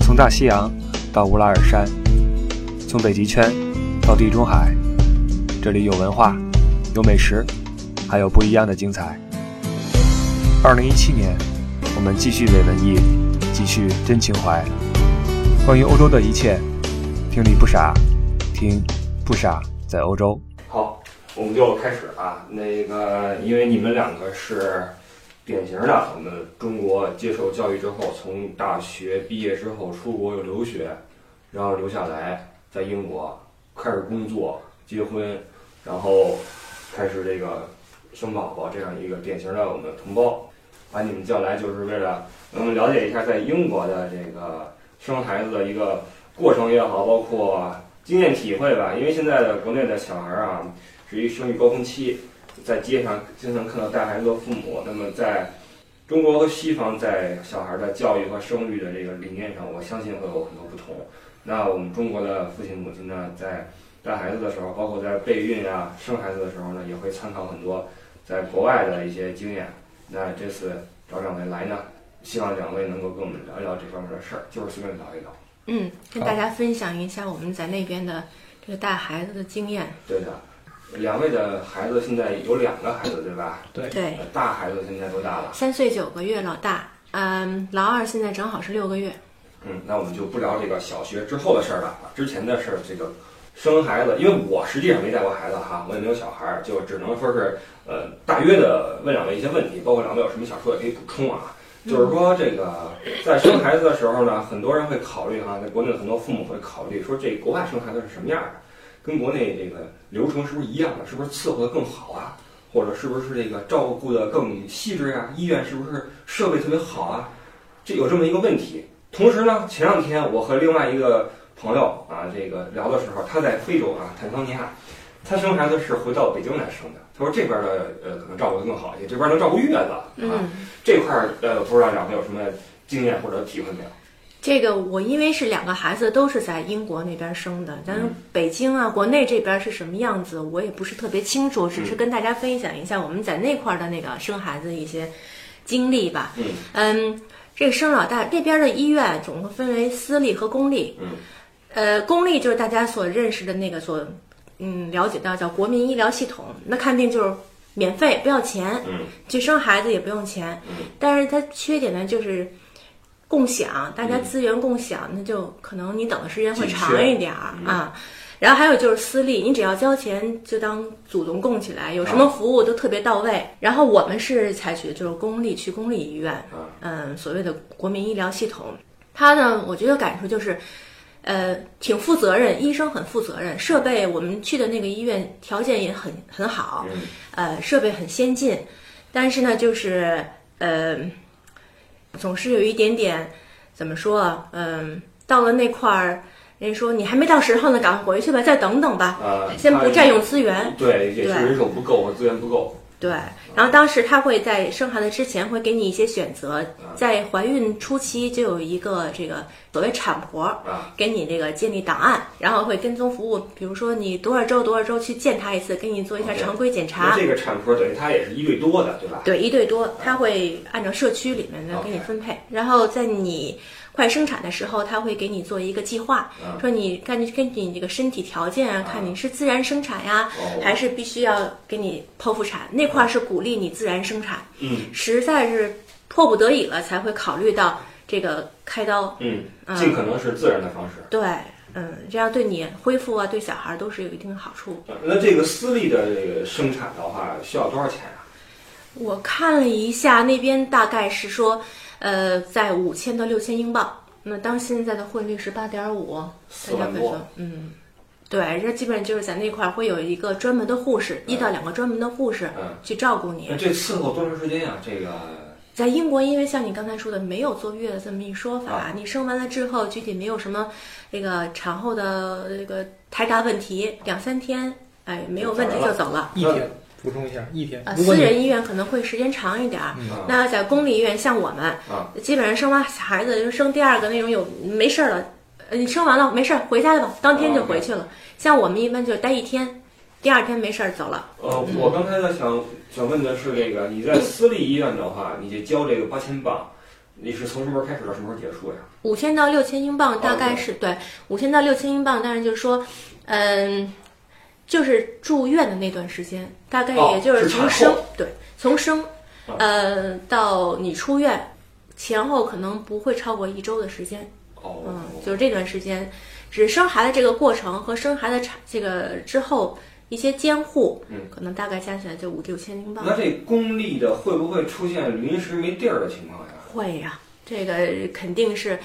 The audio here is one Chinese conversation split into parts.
从大西洋到乌拉尔山，从北极圈到地中海，这里有文化，有美食，还有不一样的精彩。二零一七年，我们继续伪文艺，继续真情怀。关于欧洲的一切，听力不傻，听不傻在欧洲。好，我们就开始啊。那个，因为你们两个是典型的我们中国接受教育之后，从大学毕业之后出国又留学，然后留下来在英国开始工作、结婚，然后开始这个生宝宝这样一个典型的我们同胞。把你们叫来就是为了能了解一下在英国的这个生孩子的一个过程也好，包括经验体会吧。因为现在的国内的小孩儿啊，是一生育高峰期，在街上经常看到带孩子的父母。那么在中国和西方在小孩的教育和生育的这个理念上，我相信会有很多不同。那我们中国的父亲母亲呢，在带孩子的时候，包括在备孕啊、生孩子的时候呢，也会参考很多在国外的一些经验。那这次找两位来呢，希望两位能够跟我们聊一聊这方面的事儿，就是随便聊一聊。嗯，跟大家分享一下我们在那边的这个带孩子的经验。对的，两位的孩子现在有两个孩子对吧？对对，呃大孩子现在多大了？三岁九个月，老大，嗯，老二现在正好是六个月。嗯，那我们就不聊这个小学之后的事儿了啊，之前的事儿这个生孩子，因为我实际上没带过孩子哈，我也没有小孩儿，就只能说是呃大约的问两位一些问题，包括两位有什么想说也可以补充啊。就是说，这个在生孩子的时候呢，很多人会考虑哈，在国内的很多父母会考虑说，这国外生孩子是什么样的，跟国内这个流程是不是一样的，是不是伺候的更好啊，或者是不是这个照顾的更细致啊，医院是不是设备特别好啊？这有这么一个问题，同时呢，前两天我和另外一个朋友啊，这个聊的时候，他在非洲啊，坦桑尼亚，他生孩子是回到北京来生的。他说这边的呃可能照顾得更好一些，这边能照顾月子啊，嗯，这块儿呃不知道两位有什么经验或者体会没有？这个我因为是两个孩子都是在英国那边生的，但是北京啊，国内这边是什么样子，我也不是特别清楚，只是跟大家分享一下我们在那块儿的那个生孩子的一些经历吧。嗯嗯，这个生老大这边的医院总共分为私立和公立。嗯，呃，公立就是大家所认识的那个所嗯了解到叫国民医疗系统，那看病就是免费不要钱，嗯去生孩子也不用钱。嗯但是它缺点呢就是共享，大家资源共享，那就可能你等的时间会长一点儿嗯紧缺嗯啊。然后还有就是私立，你只要交钱就当祖宗供起来，有啊什么服务都特别到位。然后我们是采取的就是公立，去公立医院，啊嗯，所谓的国民医疗系统，它呢，我觉得感触就是，呃，挺负责任，医生很负责任，设备我们去的那个医院条件也很很好，嗯呃，设备很先进，但是呢，就是呃，总是有一点点怎么说啊，嗯、到了那块儿，人家说你还没到时候呢，赶快回去吧，再等等吧，啊，先不占用他资源。对，也是对人手不够，资源不够。对，然后当时他会在生孩子之前会给你一些选择，嗯在怀孕初期就有一个这个所谓产婆啊，给你这个建立档案，然后会跟踪服务，比如说你多少周多少周去见他一次，给你做一下 OK 常规检哦那查。这个产婆等于她也是一对多的，对吧？对，一对多，他会按照社区里面的给你 OK 分配，然后在你快生产的时候，他会给你做一个计划，嗯说你看你根据你这个身体条件啊，看你是自然生产呀，哦还是必须要给你剖腹产，那块儿是鼓励你自然生产，嗯实在是迫不得已了才会考虑到这个开刀。嗯，嗯尽可能是自然的方式。对，嗯，这样对你恢复啊，对小孩都是有一定的好处。啊那这个私立的这个生产的话，需要多少钱啊？我看了一下，那边大概是说，呃，在五千到六千英镑。那当现在的汇率是八点五，四大家万会多说。，嗯，对，这基本上就是在那块儿会有一个专门的护士，一到两个专门的护士嗯去照顾你那。这伺候多长时间呀、这个在英国，因为像你刚才说的，没有坐月的这么一说法，啊你生完了之后，具体没有什么这个产后的这个太大问题，两三天，哎，没有问题就走了。一天补充一下，一天呃，。啊如果私你人医院可能会时间长一点儿。啊那在公立医院，像我们，啊基本上生完孩子就生第二个那种有没事儿了，呃，你生完了没事儿回家吧，当天就回去了。啊像我们一般就待一天，第二天没事儿走了。呃，我刚才在想想问的是这个，你在私立医院的话，你就交这个八千镑，你是从什么时候开始到什么时候结束呀？五千到六千英镑，哦大概是对五千到六千英镑，但是就是说，嗯，就是住院的那段时间，大概哦也就是是产从后生、对从生嗯，呃，到你出院前后可能不会超过一周的时间，哦，嗯，就是这段时间，只是生孩子这个过程和生孩子产这个之后一些监护，嗯，可能大概加起来就五六千英镑。那这公立的会不会出现临时没地儿的情况呀？会呀、这个肯定是。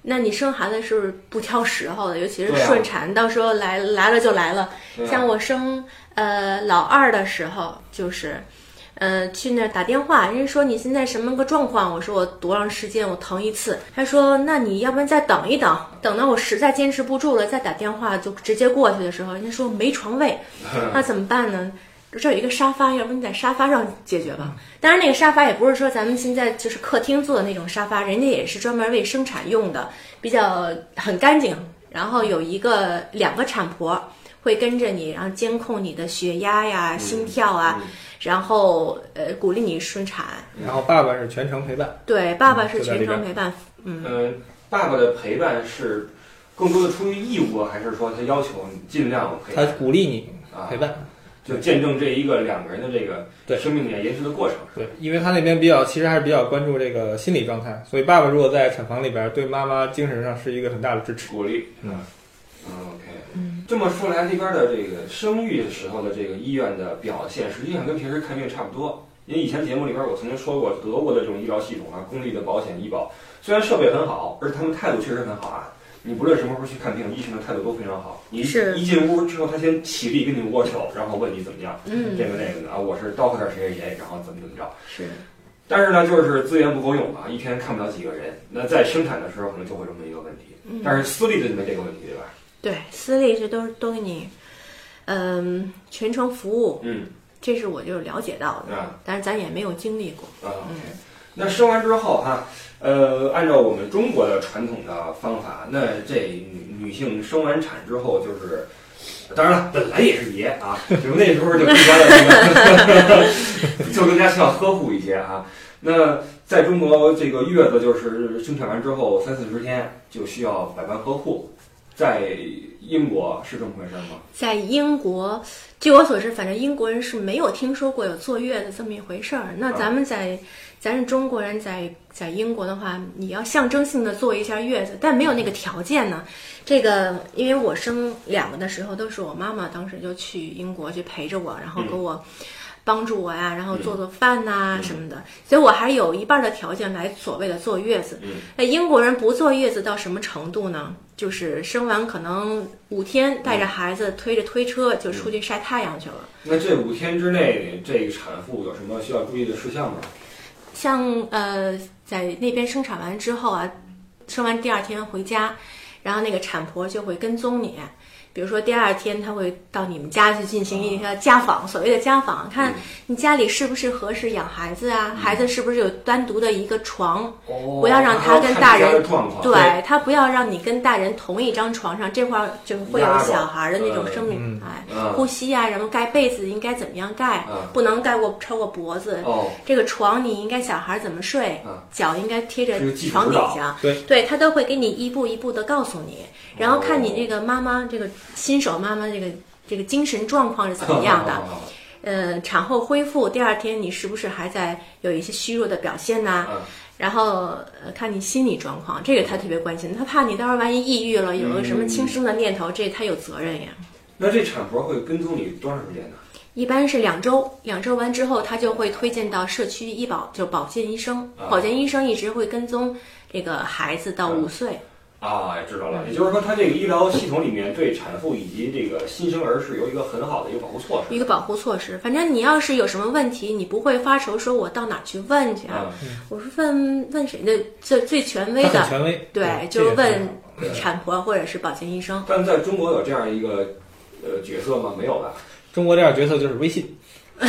那你生孩子是不挑时候的，尤其是对啊顺产，到时候来来了就来了。对啊像我生呃老二的时候，就是，呃去那儿打电话，人家说你现在什么个状况？我说我多长时间我疼一次，他说那你要不然再等一等，等到我实在坚持不住了再打电话就直接过去的时候，人家说没 床位，那怎么办呢？这儿有一个沙发，要不你在沙发上解决吧。当然，那个沙发也不是说咱们现在就是客厅坐的那种沙发，人家也是专门为生产用的，比较很干净。然后有一个两个产婆会跟着你，然后监控你的血压呀、心跳嗯啊，然后呃鼓励你顺产。然后爸爸是全程陪伴，对，爸爸就是在全里程边陪伴，嗯，嗯，爸爸的陪伴是更多的出于义务啊，还是说他要求你尽量陪他伴鼓励你啊陪？伴。就见证这一个两个人的这对个生命的延续的过程。对，因为他那边比较，其实还是比较关注这个心理状态，所以爸爸如果在产房里边，对妈妈精神上是一个很大的支持。鼓励。嗯嗯，OK。嗯这么说来，那边的这个生育时候的这个医院的表现，实际上跟平时看病差不多。因为以前节目里边我曾经说过，德国的这种医疗系统啊，公立的保险医保虽然设备很好，而且他们态度确实很好啊。你不论什么时候去看病，医生的态度都非常好。你是一进屋之后，他先起立跟你握手，然后问你怎么样，这嗯个那个的啊，我是 doctor 谁谁谁，然后怎么怎么着。是但是呢，就是资源不够用啊，一天看不了几个人。那在生产的时候，可能就会有这么一个问题。嗯但是私立的就没这个问题，对吧？对私立是都是都给你，嗯，全程服务，嗯这是我就是了解到的，啊但是咱也没有经历过。嗯啊。OK 那生完之后哈、呃，按照我们中国的传统的方法，那这女女性生完产之后就是，当然了，本来也是爷啊，就是那时候就更加的那个 就更加需要呵护一些啊。那在中国，这个月子就是生产完之后三四十天就需要百般呵护，在英国是这么回事吗？在英国，据我所知，反正英国人是没有听说过有坐月子这么一回事儿。那啊咱们在，咱是中国人在，在英国的话，你要象征性的坐一下月子，但没有那个条件呢。这个，因为我生两个的时候，都是我妈妈当时就去英国去陪着我，然后给我。帮助我呀，然后做做饭呐、嗯什么的，所以我还有一半的条件来所谓的坐月子。嗯那英国人不坐月子到什么程度呢？就是生完可能五天，带着孩子推着推车就出去晒太阳去了。那这五天之内，这个产妇有什么需要注意的事项吗？像呃，在那边生产完之后啊，生完第二天回家，然后那个产婆就会跟踪你。比如说第二天，她会到你们家去进行一个家访，所谓的家访，看你家里是不是合适养孩子啊，孩子是不是有单独的一个床，哦不要让他跟大人还要看你家的状况。对他不要让你跟大人同一张床上，这块儿就会有压着小孩儿的那种生命，哎，嗯呼吸啊，然后盖被子应该怎么样盖嗯，不能盖过超过脖子。哦，这个床你应该小孩儿怎么睡嗯，脚应该贴着这个技术床指底导下，对对他都会给你一步一步的告诉你，然后看你这哦个妈妈这个新手妈妈这个这个精神状况是怎么样 的。哦呃，产后恢复第二天你是不是还在有一些虚弱的表现呐、嗯然后呃，看你心理状况，这个他特别关心，他怕你到时候万一抑郁了，有个什么轻生的念嗯头，这他有责任呀。那这产婆会跟踪你多长时间呢？一般是两周，两周完之后，他就会推荐到社区医保，就保健医生啊。保健医生一直会跟踪这个孩子到嗯五岁。啊，知道了。也就是说，它这个医疗系统里面对产妇以及这个新生儿是有一个很好的一个保护措施。一个保护措施。反正你要是有什么问题，你不会发愁，说我到哪儿去问去啊，啊？我说问问谁的？最最权威他的很，权威，嗯对，就这是也很问好产婆或者是保健医生。但在中国有这样一个呃角色吗？没有 吧？中国这样角色就是微信，朋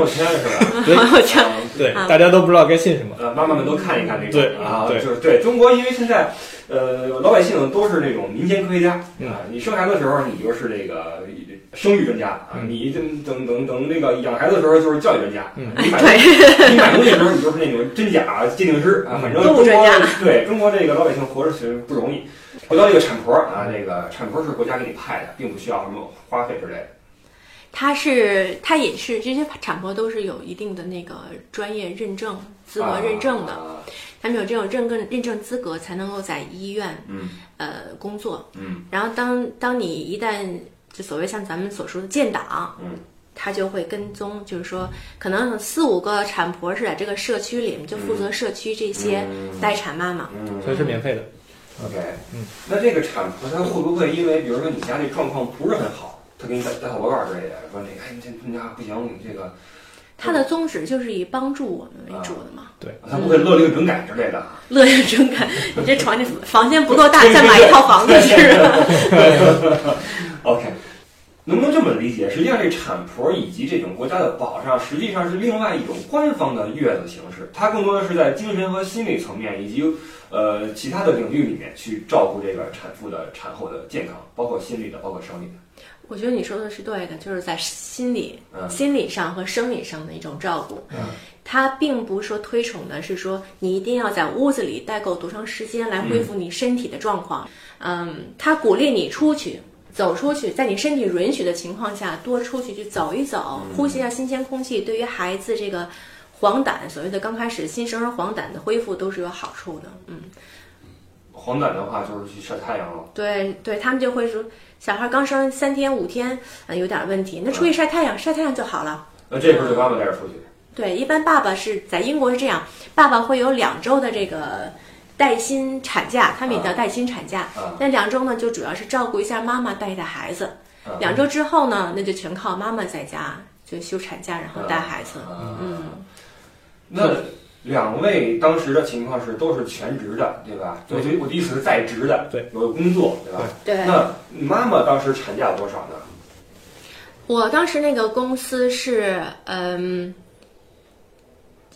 友圈是吧？对我讲啊对，啊大家都不知道该信什么。呃，妈妈们都看一看那种对啊，对就是对中国，因为现在嗯呃老百姓都是那种民间科学家啊，你生孩子的时候你就是这个生育专家啊，嗯你等等等等那个养孩子的时候就是教育专家， 嗯你买对，你买东西的时候你就是那种真假鉴定师嗯啊，反正中动国物专家对中国这个老百姓活着其实不容易。回到这个产婆啊，这个产婆是国家给你派的，并不需要什么花费之类的。它是它也是这些产婆都是有一定的那个专业认证、资格认证的，啊他们有这种认证认证资格才能够在医院嗯呃工作。嗯然后当当你一旦就所谓像咱们所说的建档，嗯，他就会跟踪，就是说可能四五个产婆是在这个社区里面就负责社区这些嗯待产妈妈。嗯所以是免费的。 OK，嗯，那这个产婆她会不会因为，比如说你家这状况不是很好，她给你打打小报告之类的，说那个，哎，你这你家不行，你这个，它的宗旨就是以帮助我们为主的嘛，她不会勒令整改之类的。 乐业整改。你这床这房间不够大，再买一套房子是吧？ OK，能不能这么理解？实际上，这产婆以及这种国家的保障，实际上是另外一种官方的月子形式，它更多的是在精神和心理层面以及呃其他的领域里面去照顾这个产妇的产后的健康，包括心理的，包括生理的。我觉得你说的是对的，就是在心理、嗯心理上和生理上的一种照顾。嗯它并不说推崇的是说你一定要在屋子里待够多长时间来恢复你身体的状况。嗯，它鼓励你出去。走出去，在你身体允许的情况下，多出去去走一走，嗯呼吸一下新鲜空气，对于孩子这个黄疸，所谓的刚开始新生儿黄疸的恢复都是有好处的。嗯，黄疸的话，就是去晒太阳了。对对，他们就会说，小孩刚生三天五天，呃，有点问题，那出去晒太阳，晒太阳就好了。那呃这时候就妈妈带着出去。对，一般爸爸是在英国是这样，爸爸会有两周的这个带薪产假，他们也叫带薪产假。啊那两周呢，就主要是照顾一下妈妈，带一带孩子。啊两周之后呢，那就全靠妈妈在家就休产假，然后带孩子。啊嗯，那两位当时的情况是都是全职的，对吧？对我觉得我的意思是在职的，对，有工作，对吧？对。那妈妈当时产假多少呢？我当时那个公司是，嗯，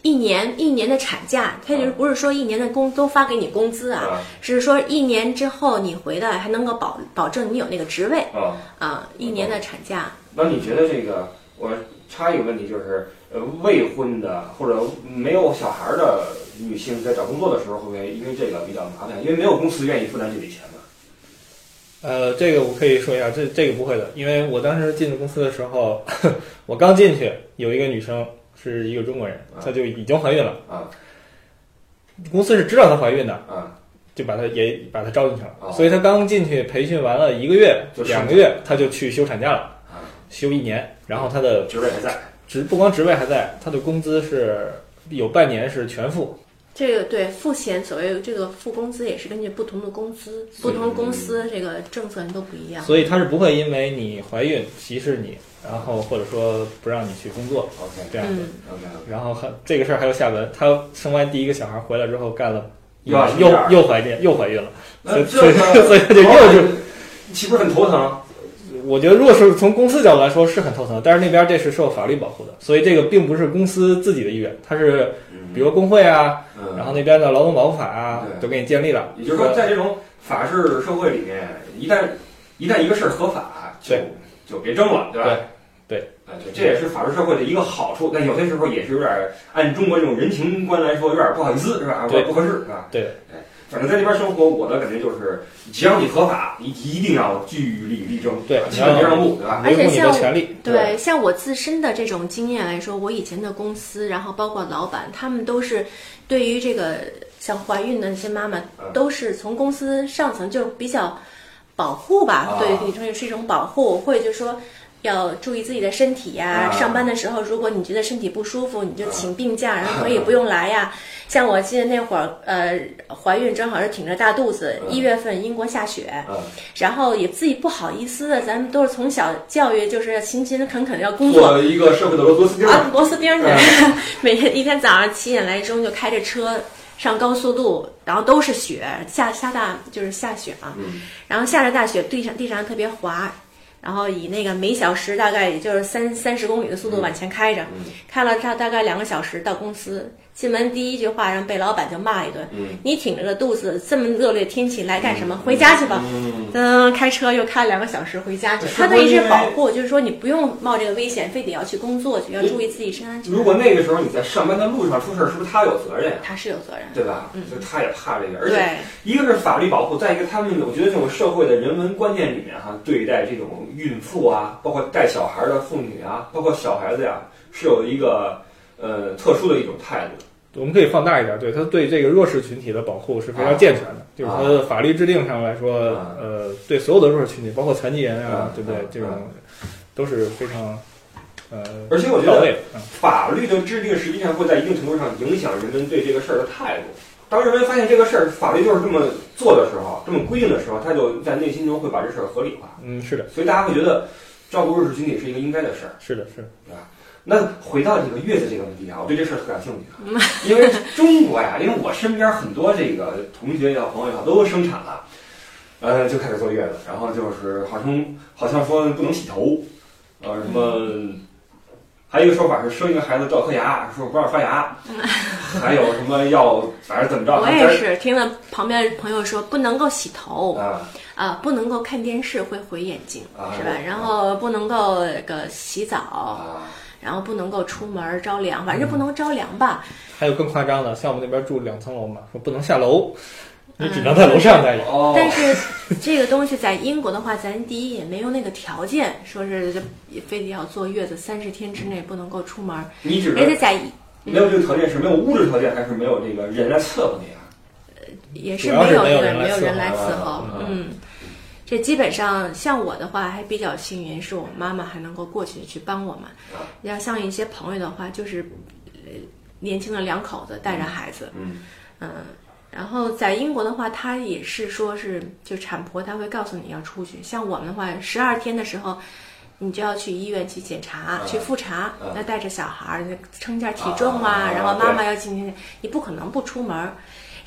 一年一年的产假，它就是不是说一年的工都发给你工资啊，啊只是说一年之后你回来还能够保保证你有那个职位啊，啊，一年的产假。那你觉得这个？我插一个问题，就是呃，未婚的或者没有小孩的女性在找工作的时候，会不会因为这个比较麻烦？因为没有公司愿意负担这笔钱嘛。呃，这个我可以说一下，这这个不会的，因为我当时进公司的时候， 我刚进去，有一个女生是一个中国人，啊她就已经怀孕了，啊公司是知道她怀孕的，啊，就把她也把她招进去哦了，所以她刚进去培训完了一个月就、是两个月，她就去休产假了啊，休一年，然后她的职位还在。职不光职位还在，她的工资是有半年是全付，这个对付钱，所谓这个付工资也是根据不同的公司、不同公司这个政策都不一样。所以她是不会因为你怀孕歧视你，然后或者说不让你去工作 OK 这样的。嗯， OK OK。然后还这个事儿还有下文，她生完第一个小孩回来之后干了一又要年，生又第二又怀孕，又怀孕了，所那以这所以个所以她就又是，岂不是很头疼？我觉得如果是从公司角度来说是很头疼，但是那边这是受法律保护的，所以这个并不是公司自己的意愿，它是比如工会啊，嗯，然后那边的劳动保护法啊对都给你建立了，也就是说，在这种法治社会里面，一旦一旦一个事儿合法，就对就别争了，对吧？对哎对，这也是法治社会的一个好处，但有些时候也是有点儿按中国这种人情观来说，有点儿不好意思，是吧？有对点儿不合适，是吧？对哎，反正在这边生活，我的感觉就是，只要你合法，你一定要据理力争，对基本别让步，对吧？维护你的权利。对对，像我自身的这种经验来说，我以前的公司，然后包括老板，他们都是对于这个像怀孕的那些妈妈嗯，都是从公司上层就比较保护啊，吧对，女生也是一种保护，或者就是说。要注意自己的身体啊呀、上班的时候，如果你觉得身体不舒服，你就请病假，然后可以啊不用来呀。像我记得那会儿，呃，怀孕正好是挺着大肚子，嗯一月份英国下雪，嗯，然后也自己不好意思的，咱们都是从小教育就是勤勤恳恳地要工作做一个社会的螺丝钉儿，啊，螺丝钉嗯儿去， 每天一天早上七点来钟就开着车上高速路，然后都是雪，下下大就是下雪啊，嗯然后下着大雪，地上地上特别滑。然后以那个每小时大概也就是三三十公里的速度往前开着，嗯开了大大概两个小时到公司。进门第一句话让被老板就骂一顿，嗯你挺着个肚子，这么恶劣天气来干什么？回家去吧。嗯，开车又开两个小时回家去。是他不的是意思因是为保护，就是说你不用冒这个危险，非得要去工作去，要注意自己身安全。如果那个时候你在上班的路上出事儿，是不是他有责任呀？他是有责任，对吧？就他也怕这个，而且对，一个是法律保护，再一个他们我觉得这种社会的人文观念里面哈、对待这种孕妇啊，包括带小孩的妇女啊，包括小孩子呀、是有一个呃特殊的一种态度。我们可以放大一点，对他对这个弱势群体的保护是非常健全的，就是它的法律制定上来说，啊呃，对所有的弱势群体，包括残疾人啊啊，对不对啊？这种啊都是非常呃而且我觉到得位的。嗯法律的制定实际上会在一定程度上影响人们对这个事儿的态度。当人们发现这个事儿法律就是这么做的时候，这么规定的时候，他就在内心中会把这事儿合理化，嗯，是的，所以大家会觉得照顾弱势群体是一个应该的事儿。是的，是的。那回到这个月子这个问题啊，我对这事儿特感兴趣啊，因为中国呀，因为我身边很多这个同学也好、朋友也好，都生产了，呃，就开始坐月子，然后就是好像好像说不能洗头，呃，什么，还有一个说法是生一个孩子不要磕牙，说不让刷牙，还有什么要反正怎么着， 我也是听了旁边的朋友说不能够洗头啊啊，不能够看电视会毁眼睛，啊是吧啊？然后不能够那个洗澡，啊，嗯然后不能够出门着凉，反正不能着凉吧？还有更夸张的，像我们那边住两层楼嘛，说不能下楼，你只能在楼上待着。哦，但是这个东西在英国的话，咱第一也没有那个条件，说是非得要坐月子三十天之内不能够出门，你指而且的在没有这个条件是没有物质条件，还是没有这个人来伺候你啊？也是主要没是有没有人人来没有伺人候来伺啊候啊，嗯。这基本上像我的话还比较幸运，是我妈妈还能够过去去帮我们啊。要像一些朋友的话，就是呃年轻的两口子带着孩子，嗯嗯，然后在英国的话，他也是说是就产婆她会告诉你要出去，像我们的话，十二天的时候。你就要去医院去检查、去复查，嗯那带着小孩儿，那称一下体重啊，啊然后妈妈要进行，你不可能不出门儿。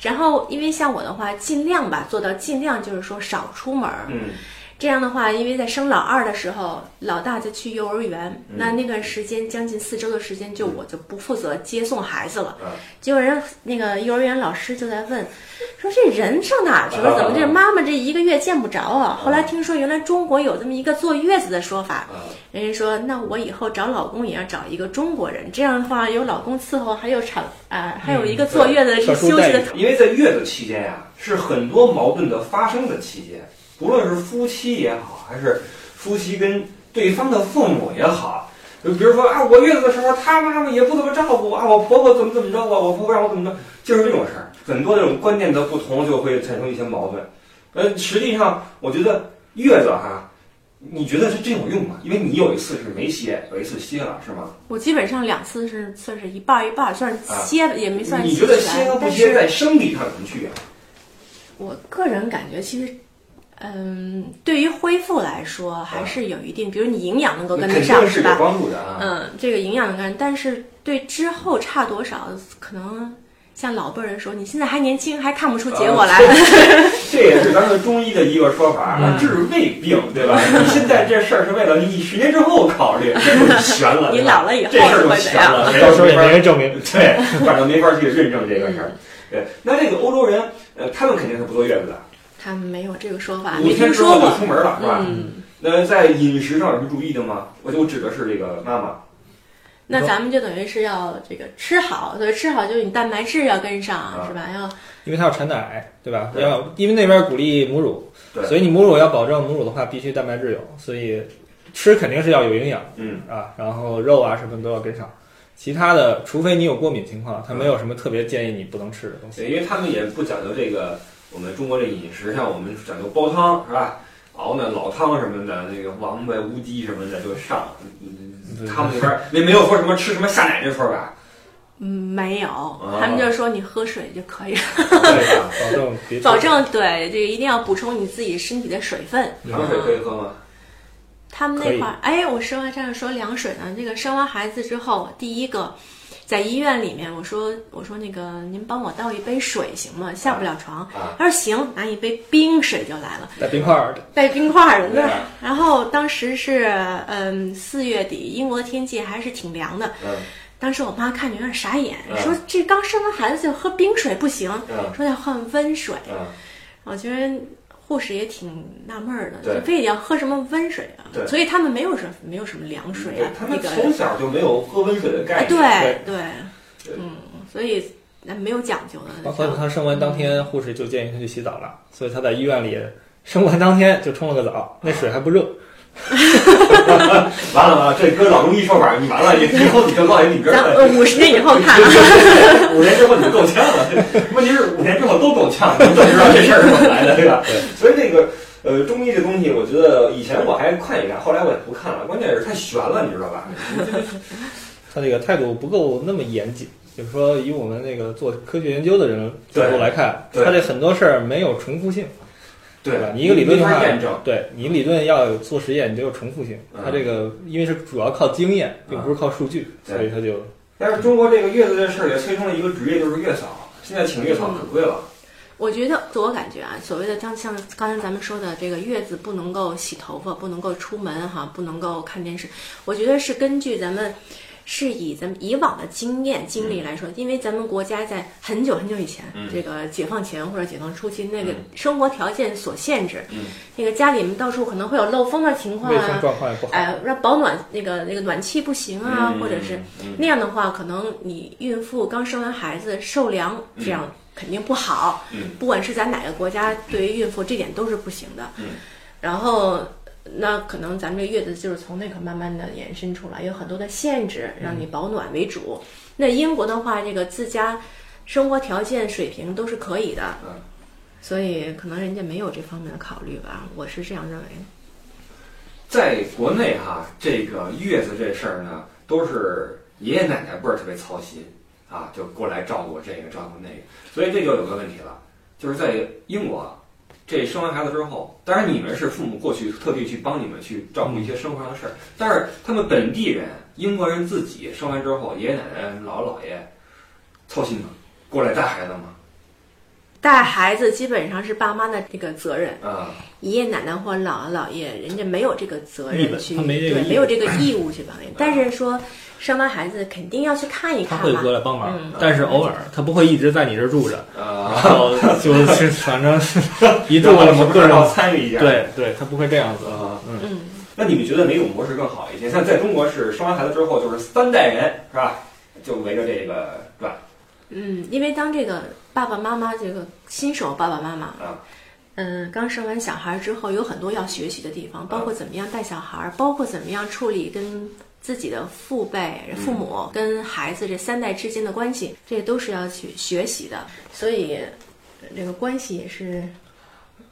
然后，因为像我的话，尽量吧，做到尽量就是说少出门儿。嗯这样的话，因为在生老二的时候，老大就去幼儿园，嗯那那段时间将近四周的时间，就我就不负责接送孩子了。嗯结果人那个幼儿园老师就在问，说这人上哪儿去了？啊怎么这妈妈这一个月见不着啊？后来听说原来中国有这么一个坐月子的说法，啊人家说那我以后找老公也要找一个中国人，这样的话有老公伺候，还有产啊、还有一个坐月子对是嗯休息的特殊待遇因为在月子期间呀、是很多矛盾的发生的期间，不论是夫妻也好，还是夫妻跟对方的父母也好，就比如说啊，我月子的时候，他妈妈也不怎么照顾啊，我婆婆怎么怎么着啊，我婆婆让我怎么着，就是这种事儿，很多这种观念的不同就会产生一些矛盾。呃，实际上我觉得月子哈、你觉得是真有用吗？因为你有一次是没歇，有一次歇了，是吗？我基本上两次是算是一半儿一半儿，算是啊歇、也没算你觉得起来歇和不但歇是在生理上有什么啊区别？我个人感觉，其实，嗯，对于恢复来说，还是有一定，比如你营养能够跟啊肯得上，定是是有吧？帮助的啊。嗯，这个营养能跟，但是对之后差多少，可能像老辈儿人说，你现在还年轻，还啊看不出结果来。呃这也是咱们中医的一个说法，啊嗯治胃病，对吧？你现在这事儿是为了你十年之后考虑，这就悬了。 你对吧老了以后这事儿就就会怎悬样？了，到时候也没人人证明。对，反正没法去认证这个事儿。嗯对，那这个欧洲人，呃，他们肯定是不坐月子的，他们没有这个说五法，啊没天听之说后就过。出门了，是吧？嗯，那在饮食上有什么注意的吗？我就指的是这个妈妈，那咱们就等于是要这个吃好，所以吃好就是你蛋白质要跟上，啊是吧？要因为它要产奶，对吧？对要因为那边鼓励母乳对，所以你母乳要保证母乳的话，必须蛋白质有，所以吃肯定是要有营养嗯，啊，然后肉啊什么都要跟上。其他的，除非你有过敏情况，它没有什么特别建议你不能吃的东西。对，因为他们也不讲究这个我们中国这饮食，像我们讲究煲汤是吧？熬那老汤什么的，那个王八、乌鸡什么的就上，嗯他们那边儿也没有说什么吃什么下奶这说法，嗯没有，啊他们就说你喝水就可以了， 对 吧？保证别吃保证对，这个一定要补充你自己身体的水分。糖水可以喝吗？他们可那以块儿，哎，我说完这样说凉水呢，这个生完孩子之后，第一个在医院里面，我说我说那个您帮我倒一杯水行吗？下不了床。啊，他说行，拿一杯冰水就来了，带冰块儿的，带冰块儿的。对啊对。然后当时是嗯四月底，英国天气还是挺凉的。嗯当时我妈看着有点傻眼，嗯说这刚生完孩子就喝冰水不行，嗯说要换温水。嗯，我觉得啊护士也挺纳闷儿的，对就非得要喝什么温水啊？对嗯所以他们没有什么没有什么凉水对，啊他那们个从小就没有喝温水的概啊念，对对对，嗯，所以那没有讲究的。包括她生完当天，护士就建议她去洗澡了，所以她在医院里生完当天就冲了个澡，那水还不热。完了完了，这跟老中医说法，你完了，你以后你就落下你根咱儿了。呃五十年以后看啊， 五年之后你就够呛了， 问题是五年之后都够呛，你怎么知道这事儿是怎么来的，对吧？所以那个呃，中医这东西，我觉得以前我还看一看，后来我也不看了，关键是太悬了，你知道吧？他这个态度不够那么严谨，就是说以我们那个做科学研究的人角度来看，对他这很多事儿没有重复性，对吧？你一个理论没的法话验证，，对你理论要有做实验，你得有重复性。嗯他这个因为是主要靠经验，并不是靠数据，对所以他就但是中国这个月子这事儿也催生了一个职业，就是月嫂。现在请月嫂可贵了，我觉得自我感觉啊，所谓的像像刚才咱们说的这个月子不能够洗头发，不能够出门哈，不能够看电视，我觉得是根据咱们。是以咱们以往的经验经历来说，因为咱们国家在很久很久以前，嗯这个解放前或者解放初期，那个嗯生活条件所限制，嗯那个家里面到处可能会有漏风的情况卫生啊，状况也不好。哎，让保暖那个那个暖气不行啊，嗯或者是嗯那样的话，可能你孕妇刚生完孩子受凉，这样肯定不好。嗯不管是咱哪个国家，对于孕妇这点都是不行的。嗯然后，那可能咱们这月子就是从那个慢慢的延伸出来，有很多的限制，让你保暖为嗯主。那英国的话，这个自家生活条件水平都是可以的，嗯所以可能人家没有这方面的考虑吧，我是这样认为的。在国内哈、这个月子这事儿呢，都是爷爷奶奶辈儿特别操心啊，就过来照顾这个照顾那个，所以这就有个问题了，就是在英国，这生完孩子之后，当然你们是父母过去特地去帮你们去照顾一些生活上的事儿，但是他们本地人英国人自己生完之后，爷爷奶奶、姥姥姥爷操心吗？过来带孩子吗？带孩子基本上是爸妈的这个责任，啊、爷爷奶奶或者姥姥姥爷，人家没有这个责义务任去，他没这个对义务没有这个义务去帮人。但是说生完孩子肯定要去看一他看会嘛过，来帮忙，嗯但是偶尔他不会一直在你这儿住着，然啊，后就是 反正 一住然后我什们么事各儿都要种参与一下，对对，他不会这样子。啊。嗯，那你们觉得哪种模式更好一些？像在中国是生完孩子之后就是三代人是吧？就围着这个转，嗯，因为当这个爸爸妈妈这个新手爸爸妈妈啊，嗯，刚生完小孩之后，有很多要学习的地方，包括怎么样带小孩，包括怎么样处理跟自己的父辈、父母跟孩子这三代之间的关系，这都是要去学习的。所以，呃这个关系也是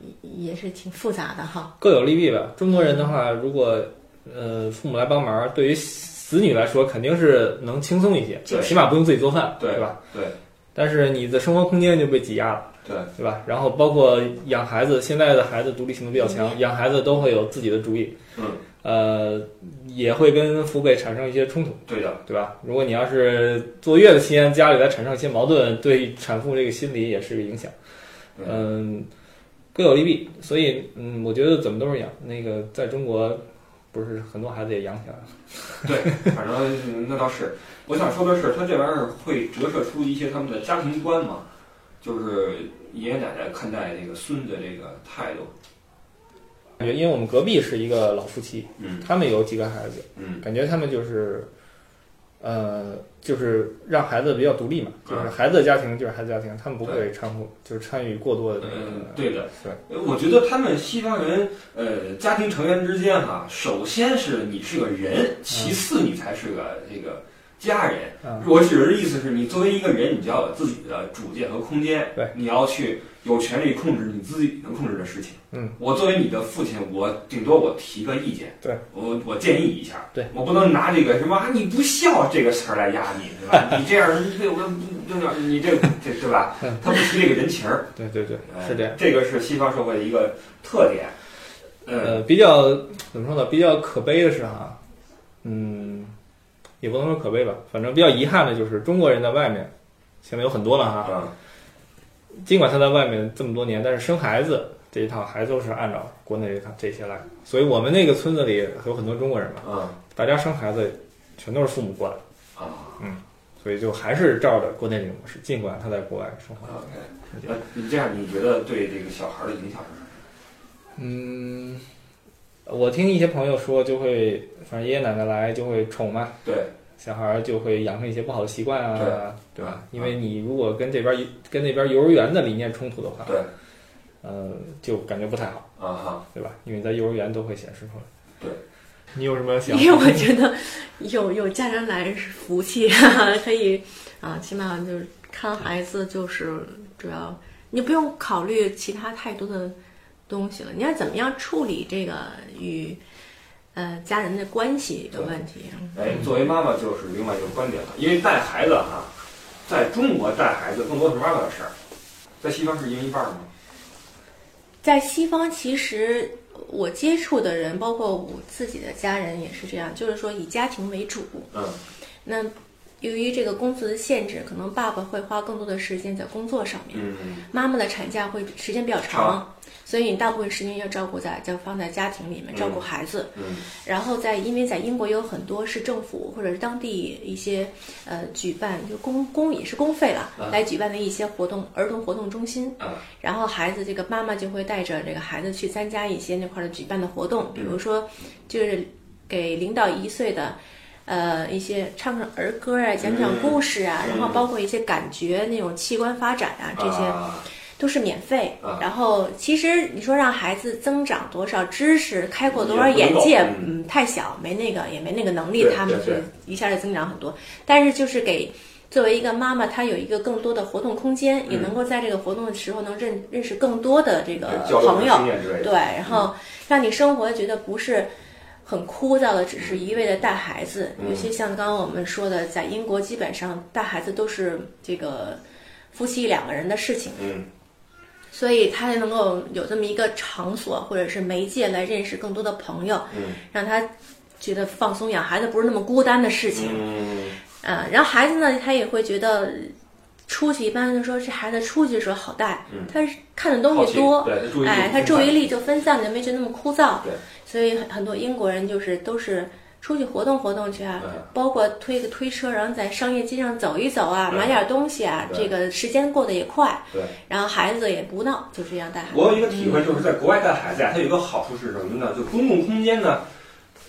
也也是挺复杂的哈。各有利弊吧。中国人的话，如果呃父母来帮忙，对于子女来说肯定是能轻松一些，对起码不用自己做饭，对吧？？对但是你的生活空间就被挤压了，对，对吧？然后包括养孩子，现在的孩子独立性都比较强，养孩子都会有自己的主意，嗯，呃，也会跟父辈产生一些冲突，对的，对吧？如果你要是坐月子期间家里再产生一些矛盾，对产妇这个心理也是个影响。对嗯，各有利弊，所以嗯，我觉得怎么都是养那个，在中国不是很多孩子也养起来了。对，反正嗯那倒是。我想说的是，他这玩意儿会折射出一些他们的家庭观嘛，就是爷爷奶奶看待这个孙子这个态度。感觉因为我们隔壁是一个老夫妻，嗯他们有几个孩子，嗯感觉他们就是，呃，就是让孩子比较独立嘛，嗯就是孩子的家庭就是孩子家庭，他们不对会掺和，就是参与过多的那嗯个，。对的。对呃我觉得他们西方人，呃，家庭成员之间哈、首先是你是个人，其次你才是个这个家人。嗯，我指的意思是你作为一个人，你就要有自己的主见和空间，对，你要去有权利控制你自己能控制的事情。嗯，我作为你的父亲，我顶多我提个意见，对我我建议一下，对我不能拿这个什么啊你不孝这个词儿来压你，对 吧？你这样，你这我就要你这这对吧嗯？他不提这个人情儿，对对对，哎是这样。，这个是西方社会的一个特点。呃，呃，比较怎么说呢？比较可悲的是哈，嗯，也不能说可悲吧，反正比较遗憾的就是中国人在外面，现在有很多了哈。啊，尽管他在外面这么多年，但是生孩子这一套还都是按照国内这套这些来。所以我们那个村子里有很多中国人嘛，啊大家生孩子全都是父母管，啊所以就还是照着国内这个模式，尽管他在国外生活。啊，OK，那你这样你觉得对这个小孩的影响是什么？嗯，我听一些朋友说，就会反正爷爷奶奶来就会宠嘛，对，小孩儿就会养成一些不好的习惯啊，对吧？嗯因为你如果跟这边儿跟那边儿幼儿园的理念冲突的话，对，呃，就感觉不太好，啊哈，对吧？因为在幼儿园都会显示出来。对，你有什么 想？因为我觉得有有家人来是福气，可以啊，起码就是看孩子，就是主要你不用考虑其他太多的东西了。你要怎么样处理这个与呃家人的关系的问题？嗯哎，作为妈妈就是另外一个观点了，因为带孩子哈，在中国带孩子更多是妈妈的事儿，在西方是一人一半吗？在西方，其实我接触的人，包括我自己的家人也是这样，就是说以家庭为主。嗯，那由于这个工资的限制，可能爸爸会花更多的时间在工作上面，嗯，妈妈的产假会时间比较长长，所以你大部分时间要照顾在就放在家庭里面照顾孩子。嗯，然后在因为在英国有很多是政府或者是当地一些呃举办就公公也是公费了、啊来举办的一些活动，儿童活动中心。啊，然后孩子这个妈妈就会带着这个孩子去参加一些那块儿的举办的活嗯动，比如说就是给零到一岁的。呃，一些唱唱儿歌啊，讲讲故事啊，嗯然后包括一些感觉那种器官发展啊，这些啊都是免费。啊然后其实你说让孩子增长多少知识，开阔多少眼也界不够，嗯嗯，太小，没那个也没那个能力对，他们对去对一下就增长很多。但是就是给作为一个妈妈，她有一个更多的活动空间，也能够在这个活动的时候能认认识更多的这个交流呃朋经友，验嗯之类对，的，然后让你生活觉得不是。很枯燥的，只是一味的带孩子，嗯尤其像刚刚我们说的，在英国基本上带孩子都是这个夫妻两个人的事情，嗯，所以他才能够有这么一个场所或者是媒介来认识更多的朋友，嗯让他觉得放松养孩子不是那么孤单的事情。嗯，啊，然后孩子呢，他也会觉得出去，一般就说这孩子出去的时候好带，嗯他是看的东好西奇多，对，注意力哎，他注意力就分散了，就没觉得那么枯燥。对，所以很很多英国人就是都是出去活动活动去啊对，包括推个推车，然后在商业街上走一走啊，对买点东西啊，对这个时间过得也快，对。然后孩子也不闹，就这样带孩子。我有一个体会，就是在国外带孩子呀，它有一个好处是什么呢？就公共空间呢，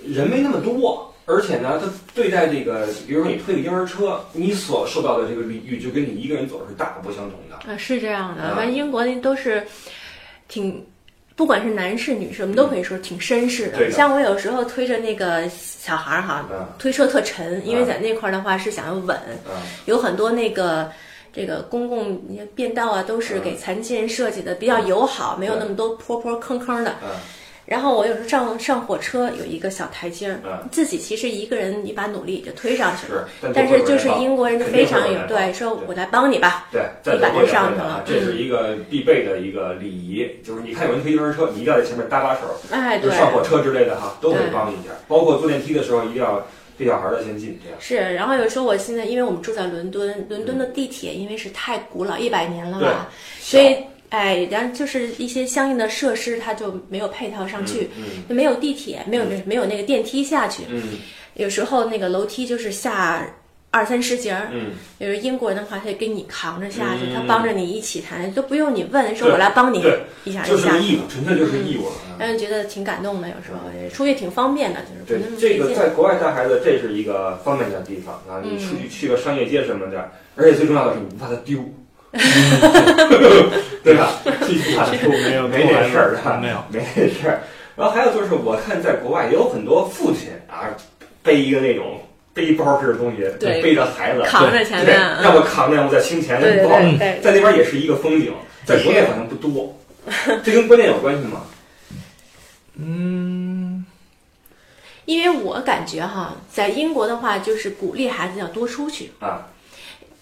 人没那么多，而且呢，他对待这个，比如说你推个婴儿车，你所受到的这个礼遇就跟你一个人走是大不相同的。啊，是这样的，啊反正英国那都是挺，不管是男士女士，我们都可以说挺绅士嗯对的。的像我有时候推着那个小孩儿哈，嗯推车特沉，因为啊在那块儿的话是想要稳，嗯有很多那个。这个公共便道啊，都是嗯给残疾人设计的，比较友好，没有对那么多坡坡坑坑的。嗯然后我有时候上上火车有一个小台阶儿，嗯，自己其实一个人一把努力就推上去了。是，但但是就是因英国人就肯定会非常有有人帮对，说对我来帮你吧，对，在德国一把就上去了啊，这是一个必备的一个礼仪，就是你看有人推婴儿车，你一定要在前面搭把手，哎，就对是，上火车之类的哈，都会对帮你一下，包括坐电梯的时候一定要对小孩儿的先进，这样。是。然后有时候我现在，因为我们住在伦敦，伦敦的地铁因为是太古老，一百年了吧，所以哎，然后就是一些相应的设施它就没有配套上去，嗯就没有地铁，没有那、没有那个电梯下去，嗯有时候那个楼梯就是下。二三十节儿，嗯，有时候英国人的话，他就给你扛着下去，嗯他帮着你一起抬，都不用你问，说我来帮你对一下就一是下个，义务，纯粹就是义务。嗯让人觉得挺感动的。有时候出去挺方便的，就是对不那么这费个，劲。在国外带孩子，这是一个方便的地方啊！你嗯出去去个商业街什么的，而且最重要的是，你不怕他 丢，对吧？你不怕他丢，没有没这事儿的，没有，啊没这事儿。然后还有就是，我看在国外也有很多父亲啊，背一个那种背包式的东西，对背着孩子，扛着前对，面，让我扛着，让我在嗯胸前，对对不好对对，在那边也是一个风景，在国内好像不多，这跟观念有关系吗？嗯，因为我感觉哈，在英国的话，就是鼓励孩子要多出去。啊，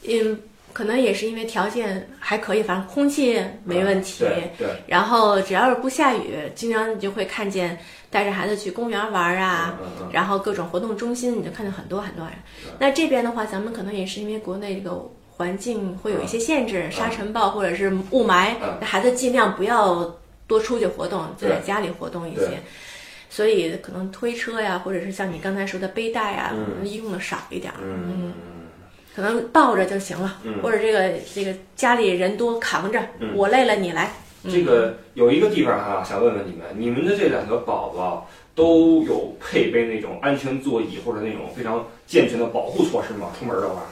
嗯，可能也是因为条件还可以，反正空气没问题。啊对对，然后只要是不下雨，经常你就会看见带着孩子去公园玩啊，嗯嗯然后各种活动中心，你就看见很多很多人对。那这边的话，咱们可能也是因为国内这个环境会有一些限制，沙尘暴或者是雾霾嗯，那孩子尽量不要多出去活动，就对在家里活动一些对。所以可能推车呀，或者是像你刚才说的背带呀，嗯可能用的少一点儿，嗯可能抱着就行了，嗯或者这个这个家里人多扛着，嗯我累了你来。嗯这个有一个地方哈、想问问你们，你们的这两个宝宝都有配备那种安全座椅或者那种非常健全的保护措施吗？出门的话，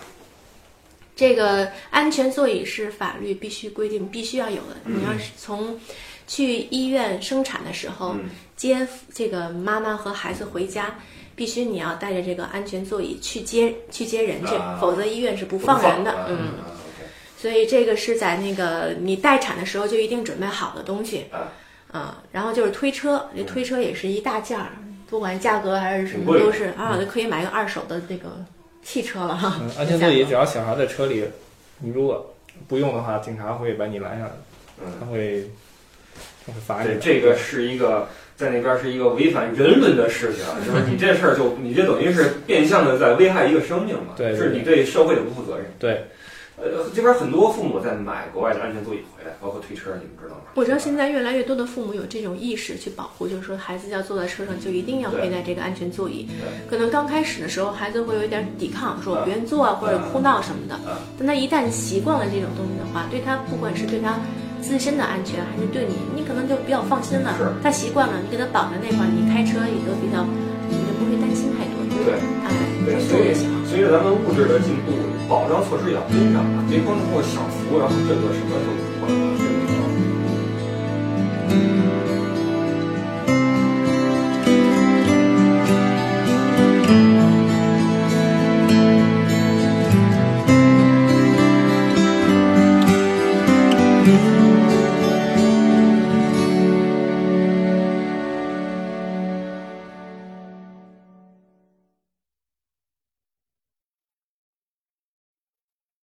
这个安全座椅是法律必须规定必须要有的。嗯你要是从去医院生产的时候、嗯接这个妈妈和孩子回家，必须你要带着这个安全座椅去接去接人去，啊否则医院是不不放人的。啊嗯，啊，OK，所以这个是在那个你待产的时候就一定准备好的东西。啊嗯嗯，然后就是推车，这推车也是一大件儿，不管价格还是什挺么贵的嗯都是啊，就可以买个二手的那个汽车了哈嗯，。安全座这椅价格只要小孩在车里，你如果不用的话，警察会把你拦下来，他嗯，会他会罚你对，的。这个是一个。在那边是一个违反人伦的事情，就是你这事儿就你这等于是变相的在危害一个生命嘛，对对是你对社会的不负责任。对，呃，这边很多父母在买国外的安全座椅回来，包括推车，你们知道吗？我知道现在越来越多的父母有这种意识去保护，就是说孩子要坐在车上就一定要佩戴这个安全座椅。可能刚开始的时候，孩子会有一点抵抗，说我不愿意坐啊，或者哭闹什么的嗯。但他一旦习惯了这种东西的话，对他不管是对他自身的安全，还是对你，你可能就比较放心了是。他习惯了，你给他绑在那块儿，你开车也就比较，你就不会担心太多，就是对哎，对，就所坐以就行了。随着咱们物质的进步，保障措施也要跟上啊，别光通过享福，然后这个什么都不管了，这个。